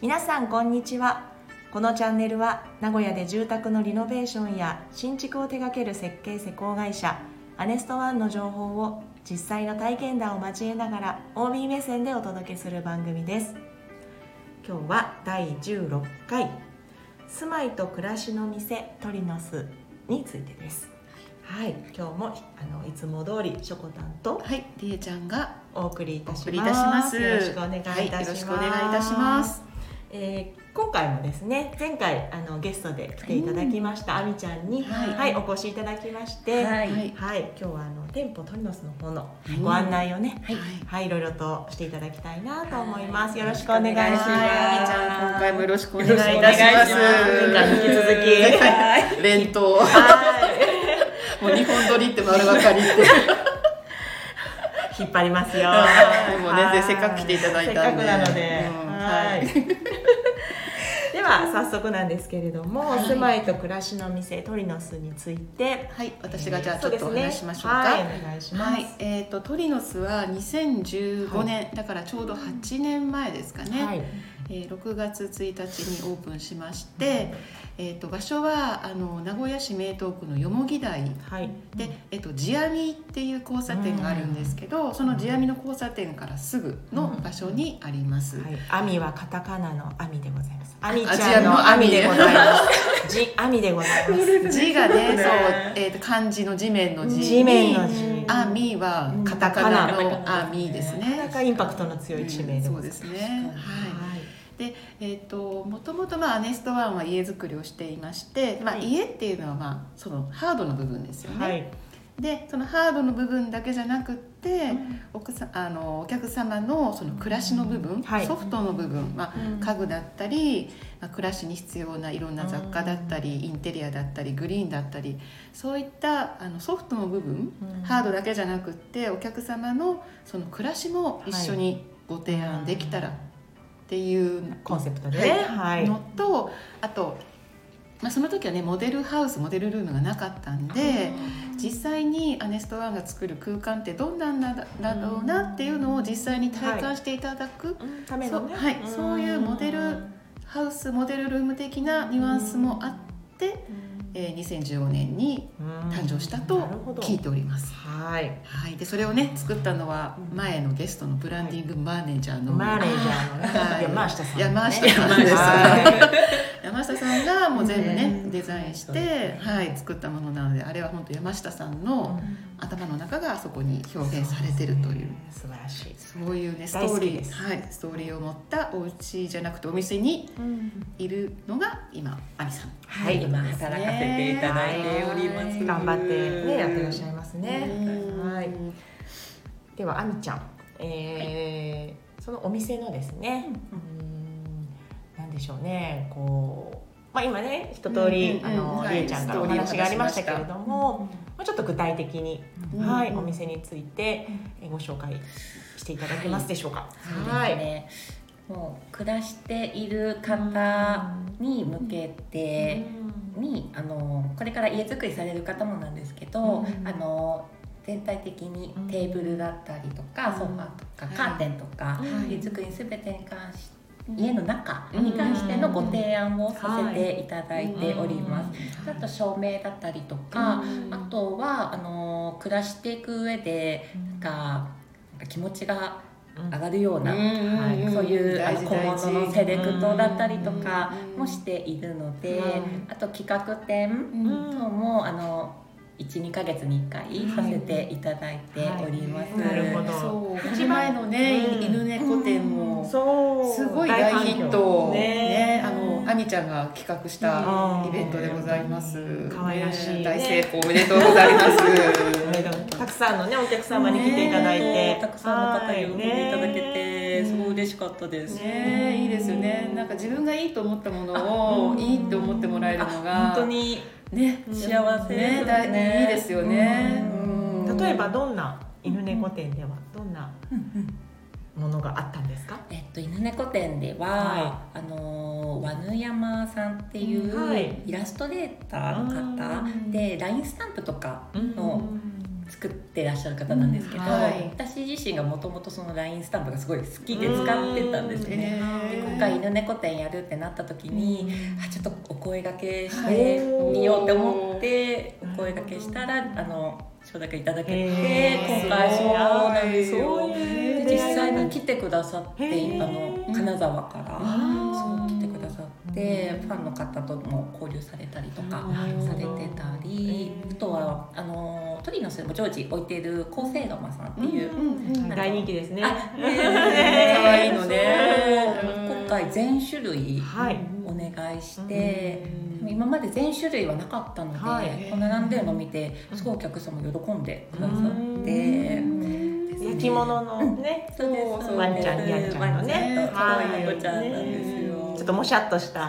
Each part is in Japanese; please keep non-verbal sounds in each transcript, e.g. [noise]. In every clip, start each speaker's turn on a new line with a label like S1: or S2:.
S1: 皆さんこんにちはこのチャンネルは名古屋で住宅のリノベーションや新築を手掛ける設計施工会社アネストワンの情報を実際の体験談を交えながら OB 目線でお届けする番組です今日は第16回住まいと暮らしの店トリノスについてですはい今日もあのいつも通りしょこたんと
S2: はい、りえちゃんが
S1: お送りいたし
S2: お送りいたし
S1: ま。
S2: ますす。
S1: よろしくお願いいたします。
S2: はい、よろしくお願いいたします。。
S1: えー今回もですね、前回あのゲストで来ていただきましたあみちゃんに、は、
S2: はいい
S1: お越しいただきまして、はい、
S3: はい、
S2: はい
S1: 今日はあの店舗トリノスの方の
S2: はい
S1: ご案内をね、
S2: はい、
S1: はい、いろいろとしていただきたいなと思います。
S3: はい
S1: よろしくお願いします。
S3: お願いします
S2: あみちゃん、今回もよろしくお願い
S3: よ
S2: い
S3: ろしくお
S2: た
S3: 願い
S2: し
S3: しま
S2: ますす。
S1: 前回引き続き
S3: はい
S2: き。連投、も
S1: [laughs] は
S2: う日本撮りって丸ばかりって。
S1: い、引っ張りますよ。
S2: はいもうねせっかく来ていただいたんで
S1: せっかくなので、
S2: うん
S1: は
S2: はいい。
S1: [laughs] では早速なんですけれども、
S2: はい
S1: 住まいと暮らしの店トリノスについて、
S2: [laughs] はい、私がじゃあち
S1: そ
S2: ょっ
S1: です
S2: とお
S1: ね
S2: 話ししましょう
S1: はい、
S2: か。
S1: お願いします。
S2: はい、えっとトリノスは2015年、だからちょうど8年前ですかね。
S1: はい
S2: えー6月1日にオープンしまして、えー、と場所はあの名古屋市名東区のよもぎ台
S1: はい、
S2: で、えっと、地網っていう交差点があるんですけど、その地網の交差点からすぐの場所にあります、
S1: はい、アミはカタカナのアミでございます。アミち
S2: あ
S1: ゃんのアミでございます。 [laughs] ジアミでございます。
S2: 地が
S1: [laughs]
S2: ね
S1: ね
S2: そう、えっと漢字の地面の地に
S1: 地面の字。
S2: あみはカタカナのあみです
S1: なかな
S2: ね
S1: かインパクトの強い地名で
S2: そ
S1: ご
S2: う
S1: ざいま
S2: で
S1: す。
S2: すねはいえー、ともともと、まあ、アネストワンは家づくりをしていまして、まあ、
S1: はい
S2: 家っていうのは、まあ、そのハードの部分ですよね、
S1: はい、
S2: でそのハードの部分だけじゃなくって、奥さんあのお客様のその暮らしの部分、
S1: はい
S2: ソフトの部分、まあ
S1: うん
S2: 家具だったり、まあ暮らしに必要ないろんな雑貨だったり、インテリアだったりグリーンだったりそういったあのソフトの部分、
S1: うん
S2: ハードだけじゃなくってお客様のその暮らしも一緒にご提案できたらっていう
S1: コンセプトで
S2: はい
S1: ね、はい、
S2: のとあと、まあ、その時はねモデルハウスモデルルームがなかったんで実際にアネストワンが作る空間ってどんなんなんだだろうなっていうのを実際に体感していただく、
S1: うんためのね、
S2: そうはいそういうモデルハウスモデルルーム的なニュアンスもあって、えー2015年に誕
S1: 誕
S2: 生したと聞いております。
S1: はい、
S2: はい、でそれをね作ったのは前のゲストのブランディングマネージャーの
S1: マネージャーのね
S2: はい
S1: 山下さん、
S2: 山下さんです
S1: は
S2: 山下さんがもう全部ね、
S1: うん
S2: デザインし
S1: そうです
S2: て、はい、作ったものなのであれは本当山下さんの頭の中があそこに表現されてるという
S1: い、素晴らしい。
S2: そういうねスト
S1: 大好
S2: ー
S1: き
S2: リ
S1: で
S2: ー、
S1: す
S2: はい、ストーリーを持ったお家じゃなくてお店にいるのが今亜美さん
S3: はい、今働かせていただいております。
S1: 頑張ってねやってらっしゃいますね。
S2: うん
S1: はい。ではあみちゃん、えーそのお店のですね、うんなんでしょうね、こう。まあ今ね一通り、
S2: うんうんうん
S1: あの、
S2: はい
S1: りえちゃんからお話がありましたけれども、もうちょっと具体的に、
S2: うん
S1: はい、
S2: うん
S1: お店についてえーご紹介していただけますでしょうか。
S3: は、
S1: はいい。
S3: ね、もう暮らしている方に向けてに、あのこれから家づくりされる方もなんですけど、
S1: うん
S3: あの全体的にテーブルだったりとか、
S1: うん
S3: ソファーとか、
S2: はい
S3: カーテンとか、
S2: はい
S3: 家づくり全てに関し家の中に関してのご提案をさせていただいております。あと照明だったりとか、あとはあの暮らしていく上でなんかなんか気持ちが
S1: うん
S3: 上がるような、はい
S2: うん
S3: そういうあ
S2: 大
S3: の
S2: 事
S3: 小
S2: 大事
S3: 物のセレクトだったりとか
S2: うん
S3: もしているので、
S1: はい
S3: あと企画展
S2: うん
S3: 等もあの12ヶ月に1回させていただいております。
S1: はいなるほど
S2: そうこの前のね、
S1: うん
S2: 犬猫展も
S1: そう
S2: すごい大ヒット
S1: ね
S2: ねあ
S1: う
S2: の
S1: ん
S2: アニちゃんが企画したイベントでございます。
S1: 可愛らしいね
S2: ね大成功おめでとうご
S1: [laughs]
S2: ざいます。
S1: たくさんのねお客様に来ていただいて、
S3: ねたくさんの方にお見ていただけ
S1: はい
S3: て
S1: ね
S3: すごい嬉しかったです。
S2: ねいいですよね。なんか自分がいいと思ったもの
S1: う
S2: を
S1: ん
S2: いいって思ってもらえるのが
S3: 本当に
S2: ね
S3: 幸せです
S2: ね
S3: よ
S2: だい
S3: ね
S2: いいですよね。うん
S1: 例えばどんな犬猫店ではどんなものがあったんですか、
S3: えっと、犬猫店では、
S1: は
S3: あの和ぬ山さんってい
S1: うんはいう
S3: イラストレーターの方で LINE スタンプとかの作ってらっしゃる方なんですけど、
S2: うんはい
S3: 私自身がもともとその LINE スタンプがすごい好きで使ってたんですね。
S2: うん
S3: 今回犬猫展やるってなった時に、あちょっとお声がけし
S1: は
S3: て
S1: い
S3: みようって思って
S1: おー
S3: お声がけしたらあの承諾いただけて
S1: へー
S3: 今回
S1: す
S3: そう
S1: ごい
S3: なんです
S1: そう
S3: よ
S1: いう
S3: で
S1: 出
S3: 実
S1: 会い
S3: 際に来てくださって
S1: へー
S3: あの金沢から
S1: あー
S3: そう来てくださってファンの方とも交流されたりとか
S1: うん
S3: されてたり
S1: へー
S3: あとはあの鳥の巣も常時置いている厚生釜さんっていう
S2: うん
S1: 大人気ですね。
S3: あね
S1: ね
S3: 可愛いのね
S1: うん
S3: 今回全種類
S1: はい。
S3: お願いして
S1: うん
S3: 今まで全種類はなかったので、
S1: はい
S3: この並んでるのを見てすごいお客様喜んでくださって
S1: うん
S3: ですね
S1: 焼き物のね、
S3: そうです
S1: こう
S3: そう
S1: ワンちゃん、ニャンちゃんのね、
S3: ワンちゃんと可愛い
S1: はい
S3: 猫ちゃんなんですよ
S1: ちょっともしゃっとした
S3: うん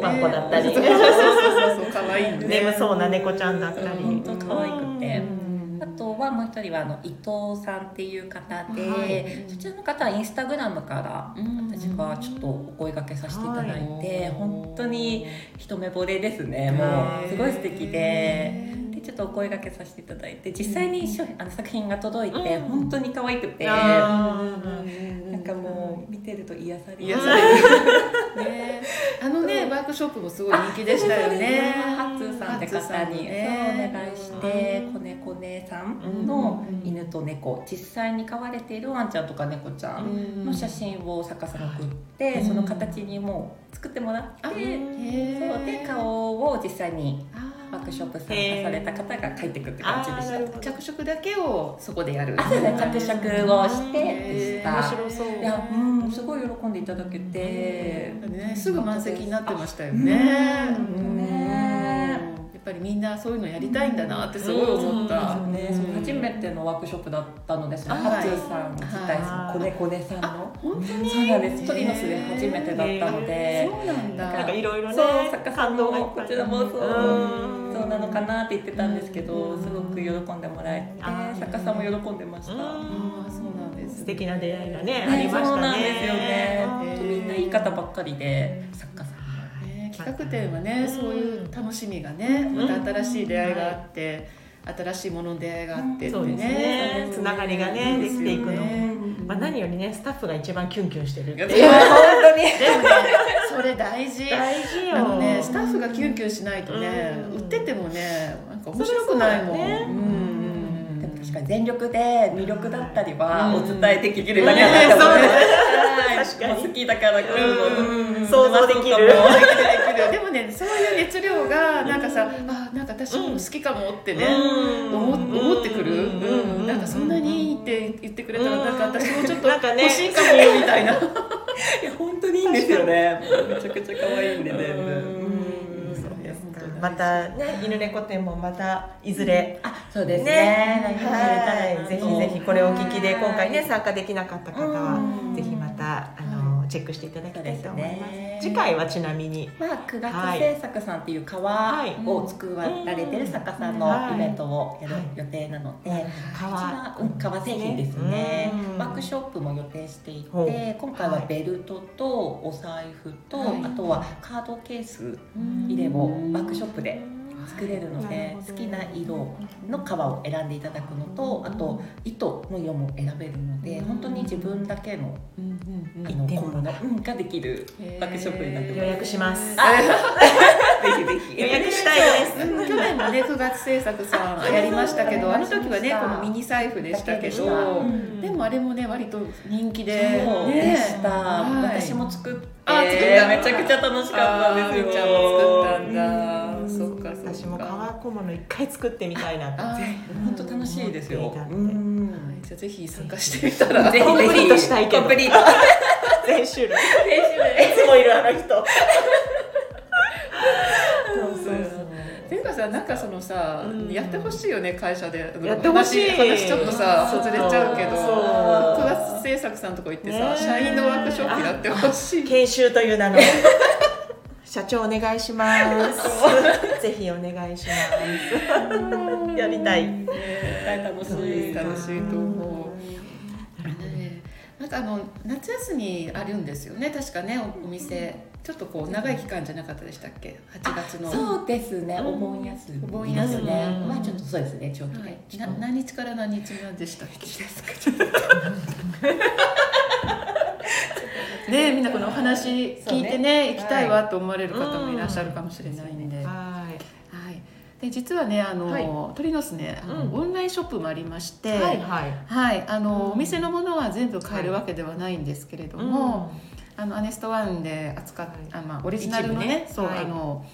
S1: ワンコだったり
S2: そうそうそうそう可愛いね。
S1: 眠そうな猫ちゃんだったり、
S3: 本当可愛くて
S1: うん
S3: あとはもう一人はあの伊藤さんっていう方で、
S1: はい
S3: そちらの方はインスタグラムから私がちょっとお声掛けさせていただいて、本当に一目惚れですねもうすごい素敵で。でちょっとお声掛けさせていただいて実際に商品あの作品が届いて、
S1: うん
S3: 本当に可愛くて、な
S1: あー
S3: んかもう見てると癒される
S2: 癒されね、あのねワークショップもすごい人気でしたよね。
S3: ハッツーさんって方に、
S2: ね
S3: そうお願いして、子猫姉さんの犬と猫、実際に飼われているワンちゃんとか猫ちゃんの写真を逆さに送って、
S2: うん
S3: その形にもう作ってもらって、
S2: あへー
S3: そうで顔を実際にワ
S2: あ
S3: ークショップ参加された方が描いてくって感じでし
S1: あーなる
S3: た。
S1: ほど
S2: 着色だけをそこでやる。
S3: あそうですね着色をして
S2: へー
S3: でした
S1: 面白そう。
S3: いや、うん、すごい喜んでいただけて、
S2: ね、すぐ満席になってましたよね。
S3: う
S2: うん
S3: んね
S2: やっぱりみんなそういうのやりたいんだなってすごい思った。
S1: うん
S3: ね、そう初めてのワークショップだったので、その
S2: はい
S3: ハッチーさん自体、
S2: はい
S3: そのコネコネさんの。
S2: 本当に
S3: そうなんです、トリノスで初めてだったので。
S2: そうなんだ。
S1: なんかいろいろね
S3: そう、作家さん
S1: 感動
S3: も
S1: がいっぱ
S3: こ
S1: い
S3: ちらもそう、
S1: うん
S3: そうなのかなって言ってたんですけ
S1: う
S3: ど、
S1: ん
S3: すごく喜んでもらえて
S1: あ、ー
S3: 作家さんも喜んでました。
S1: うん
S2: ああそうなんです。
S1: 素敵な出会いがね
S3: ね
S1: ありまし
S3: そう
S1: た
S3: なんですよね
S1: ね。
S2: あ。ー
S3: 本当みんないい方ばっかりで、作家さんも。
S2: ね企画展はね、そういう楽しみがね、また新しい出会いがあって、新しいものの出会いがあってってね、
S1: そうですね。つながりがねできていく
S2: ですよ
S1: の。
S2: ね
S1: まあ何よりねスタッフが一番キュンキュンしてるっていう。
S2: いや本当にでもね [laughs] それ大事
S1: 大事よ。
S2: あのねスタッフがキュンキュンしないとね、
S1: うん
S2: 売っててもねなんか面白くないも
S1: そ
S2: ん、
S1: りゃそうだよね
S2: うんうん
S3: でも確かに全力で魅力だったりはお伝えできるだけ
S1: うん
S3: だから
S1: うん
S3: はい
S1: 確かに
S3: もう好きだからこそ
S1: うん
S3: うん
S1: 想像できる
S2: できる
S3: そうかも
S2: [laughs] できるでもねそういう熱量がなんかさ、あなんか私も好きかもってね、
S1: うん
S2: 思思ってくる、
S1: うん
S2: うんなんかそんなにいいって言ってくれたら、
S1: うん
S2: なんか私もちょっと
S1: なんかね
S2: 欲しいかもみ
S1: [laughs]
S2: たいな、
S3: いや本当にいいんですよねめちゃくちゃ可愛いんでね
S1: うん
S3: そうです
S2: 本当に
S1: またね犬猫展もまたいずれ。
S3: あそうです
S1: ね
S3: ね
S1: はい、ぜひぜひこれをお聞きで
S3: はい
S1: 今回ね参加できなかった方は
S3: うん
S1: ぜひまたあのチェックしていただきたいと思いま
S3: そうですね
S1: す。次回はちなみに
S3: まあ、9月製作さんっていう川
S1: はい
S3: を作られてる作家さんのイベントをやる予定なので、
S1: 革
S3: うん革製品ですね、
S1: うん
S3: ワークショップも予定してい
S1: ほ
S3: て今回はベルトとお財布と、
S2: はい
S3: あとはカードケース
S1: 入
S3: 入れをワークショップで作れるの
S1: なる
S3: で
S1: ほど
S3: 好きな色の革を選んでいただくのとあと糸の色も選べるので
S1: うん
S3: 本当に自分だけの
S1: うん
S3: 色小物うんができるワークショップになってます
S1: 予約します
S3: [laughs] ぜひ
S1: 予
S3: ぜひ
S1: 約したいです。
S2: うん去年もね9月制作さんやりましたけどあ
S3: あ
S2: の
S3: そう
S2: 時
S3: そう
S2: はね
S3: そう
S2: このミニ財布でした
S1: け
S2: けど
S3: だ
S1: でした
S2: でもあれもね割と人気で
S3: そうで
S2: ね
S3: した、
S2: はい
S3: 私も作って
S2: あ作った
S3: めちゃくちゃ楽しかったん
S2: あー
S3: ですよ
S2: ちゃんも作ったんだ、
S1: うん
S2: そっかそっか
S1: 私も革小物一回作ってみたいなと。
S2: あ
S1: は
S2: ー
S3: 本当楽しいですよ
S1: う
S2: はいじゃあぜひ参加してみたら
S1: ひコンプリートしたいけど
S3: コンプリートし
S1: 全種類。い
S3: たいで
S1: つもいるあの
S2: [laughs]
S1: 人。
S2: ていうかさなんかそのさ、
S1: うん
S2: やってほしいよね会社であの
S1: やってほしい
S2: 話話ちょっとさ
S1: そう
S2: 外れちゃうけど
S1: そう
S2: 9月制作さんとこ行ってさ、
S1: ね
S2: 社員のワークショップやってほしい
S1: 研修という
S2: [laughs]
S1: 名の社長お願いします。 [laughs] ぜひお願いします。やりたい。
S3: すよ絶対楽しい
S2: 楽しいと思う、ね、あなんかあの夏休みあるんですよね確かねおお店ちょっとこう長い期間じゃなかったでしたっけ8月の
S3: そうですね、
S2: うん
S3: お盆休み
S2: お盆休み
S3: ね、
S1: うん
S3: まあちょっとそうですね長期
S2: は
S3: で、
S2: い、
S3: ちょ
S2: な
S3: っと
S2: 何日から何日までしたっけ
S1: [laughs]
S2: ねみんなこのお話聞いてね行きたいわと思われる方もいらっしゃるかもしれないんで、は
S1: はい
S2: い、で実はねあの、
S1: はい
S2: 鳥の巣ねあの
S1: うん
S2: オンラインショップもありまして、
S1: はいはい
S2: はい、あの、
S1: うん
S2: お店のものは全部買えるわけではないんですけれども、あのアネストワンで扱っ、
S1: はい
S2: あまあオリジナルのね、
S1: 一部ね
S2: そう、
S1: はい
S2: あの。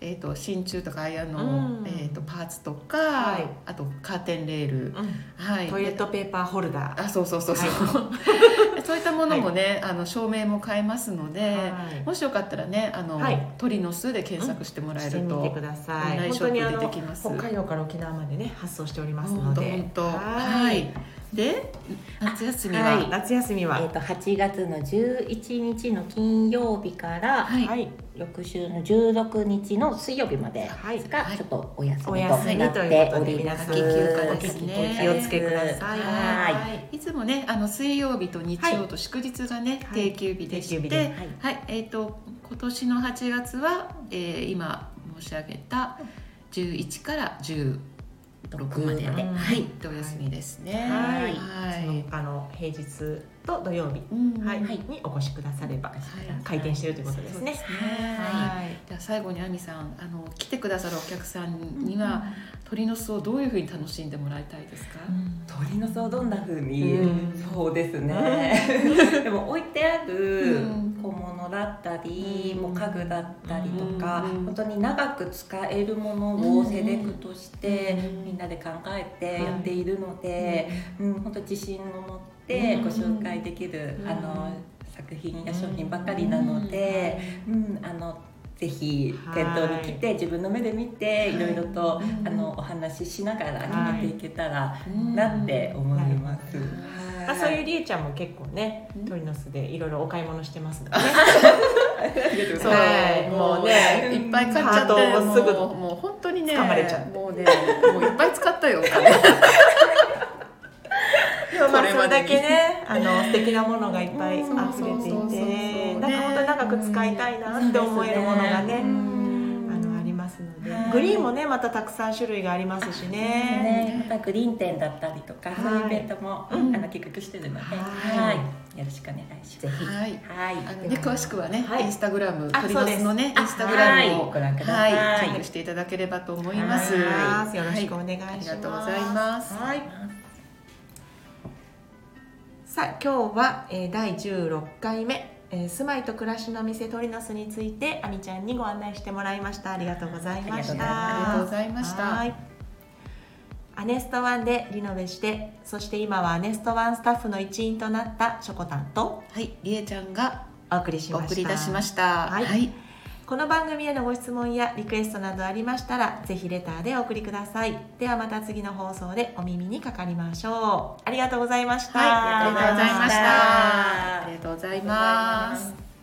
S2: えー、と真鍮とかアイアンの、
S1: うん
S2: えー、とパーツとか、
S1: はい
S2: あとカーテンレール、
S1: うん
S2: はい、
S1: トイレットペーパーホルダー
S2: あそうそうそうそう、 [laughs] そういったものもね、あの照明も買えますので、
S1: はい
S2: もしよかったらねあの、
S1: はい
S2: 鳥の巣で検索してもらえ
S1: して
S2: る
S1: み
S2: と、
S1: てくださ
S2: オンラ
S1: い
S2: イ
S1: 本
S2: ンショ
S1: 当
S2: ップ
S1: に
S2: で
S1: あの
S2: できます
S1: 北海道から沖縄までね発送しておりますの
S2: 本当
S1: で
S2: 本当
S1: は
S2: はいいで夏休みは、
S1: はい夏休み
S3: えー、
S1: は
S3: と8月の11日の金曜日から
S2: はい
S1: はい
S3: 翌週の16日の水曜日まで
S1: はい
S3: が
S2: はい
S3: ちょっとお休みと
S1: お
S3: なっ
S1: 休みとい
S3: て
S1: うこ
S3: お
S1: とで
S3: り
S1: 皆
S3: ま
S1: さん
S3: す。
S1: お
S2: 夏
S1: 気
S2: 休み
S1: を
S2: ね
S1: つけください
S3: はい
S2: い、つもねあの水曜日と日曜と祝日がね、
S1: はい
S2: 定休日でし
S1: 定休日
S2: て、
S1: で
S2: はい
S3: はい
S2: えっ、と今年の8月は、えー今申し上げた11から16まで
S3: まで
S1: はい
S2: でお休みですね。
S1: はい
S2: はい
S1: そのあの平日と土曜日
S2: うん
S1: はい
S3: はい
S1: にお越しくだされば開店してるということですね
S2: そう
S3: は
S1: はい
S2: じゃあ最後に亜美さんあの来てくださるお客さんには、鳥の巣をどういうふうに楽しんでもらいたいですか、
S3: 鳥の巣をどんな風に、
S1: うん
S3: そうですね、でも置いてある
S2: うん
S3: 小物だったり、
S2: うん
S3: もう家具だったりとか、
S2: うん
S3: 本当に長く使えるものをセレクトして、
S2: うん
S3: みんなで考えてやっているので、うん本当自信を持って
S2: うん
S3: ご紹介できる、
S2: うん
S3: あの作品や商品ばかりなので、うんあのぜひ店頭に来て自分の目で見ていろいろと、
S2: うん
S3: あのお話ししながら
S1: はい
S3: 決めていけたら
S2: うん
S3: なって思います。はい
S1: まあそういうりえちゃんも結構ね鳥の巣でいろいろお買い物してますので
S2: そう、
S1: はい
S2: もうね、
S3: うん
S2: いっぱい買っちゃって、
S1: ハートをすぐ
S2: もうもう本当にね、
S1: 掴まれちゃって
S2: もうね、もういっぱい使ったよ、お [laughs] 金。
S1: でもまあ
S2: これ
S1: そ
S2: ま
S1: れ
S2: で
S1: だ
S2: に
S1: けねあの素敵なものがいっぱい溢れてい
S2: そうそうそう
S1: て
S2: そう
S1: なんか本当に長く使いたいなって思えるものがね
S3: うん
S1: あのありますので
S3: はい
S1: グリーンもねまたたくさん種類がありますしね。
S3: ね、またグリーン店だったりとか、
S1: はい
S3: そういうイベントも、
S1: うん
S3: あの企画してるので、
S1: は
S3: はいい、よろしくお願いします。
S2: はい。
S3: はい、
S2: あのね、詳しくはね、
S1: はい
S2: インスタグラム、
S1: あ
S2: 鳥の巣のね、
S3: あ
S2: インスタグラム
S3: はい
S2: を、
S3: ご覧ください
S2: はいチェックしていただければと思います。
S1: はいよろしくお願いします
S2: ありがとうございます。
S1: はいさあ今日は、えー第16回目、えー住まいと暮らしの店トリノスについてあみちゃんにご案内してもらいましたありがとうございました
S2: ありがとうございました。
S1: はいアネストワンでリノベしてそして今はアネストワンスタッフの一員となったしょこたんと
S2: はい、りえちゃんが
S1: お送りし
S2: お
S1: ました
S2: 送り出しました。
S1: はい
S2: はい、
S1: この番組へのご質問やリクエストなどありましたらぜひレターでお送りくださいではまた次の放送でお耳にかかりましょうありがとうございました、
S2: はいありがとうございました。
S3: あ
S2: あ
S3: り
S2: り
S3: が
S2: がとうございます。
S3: す。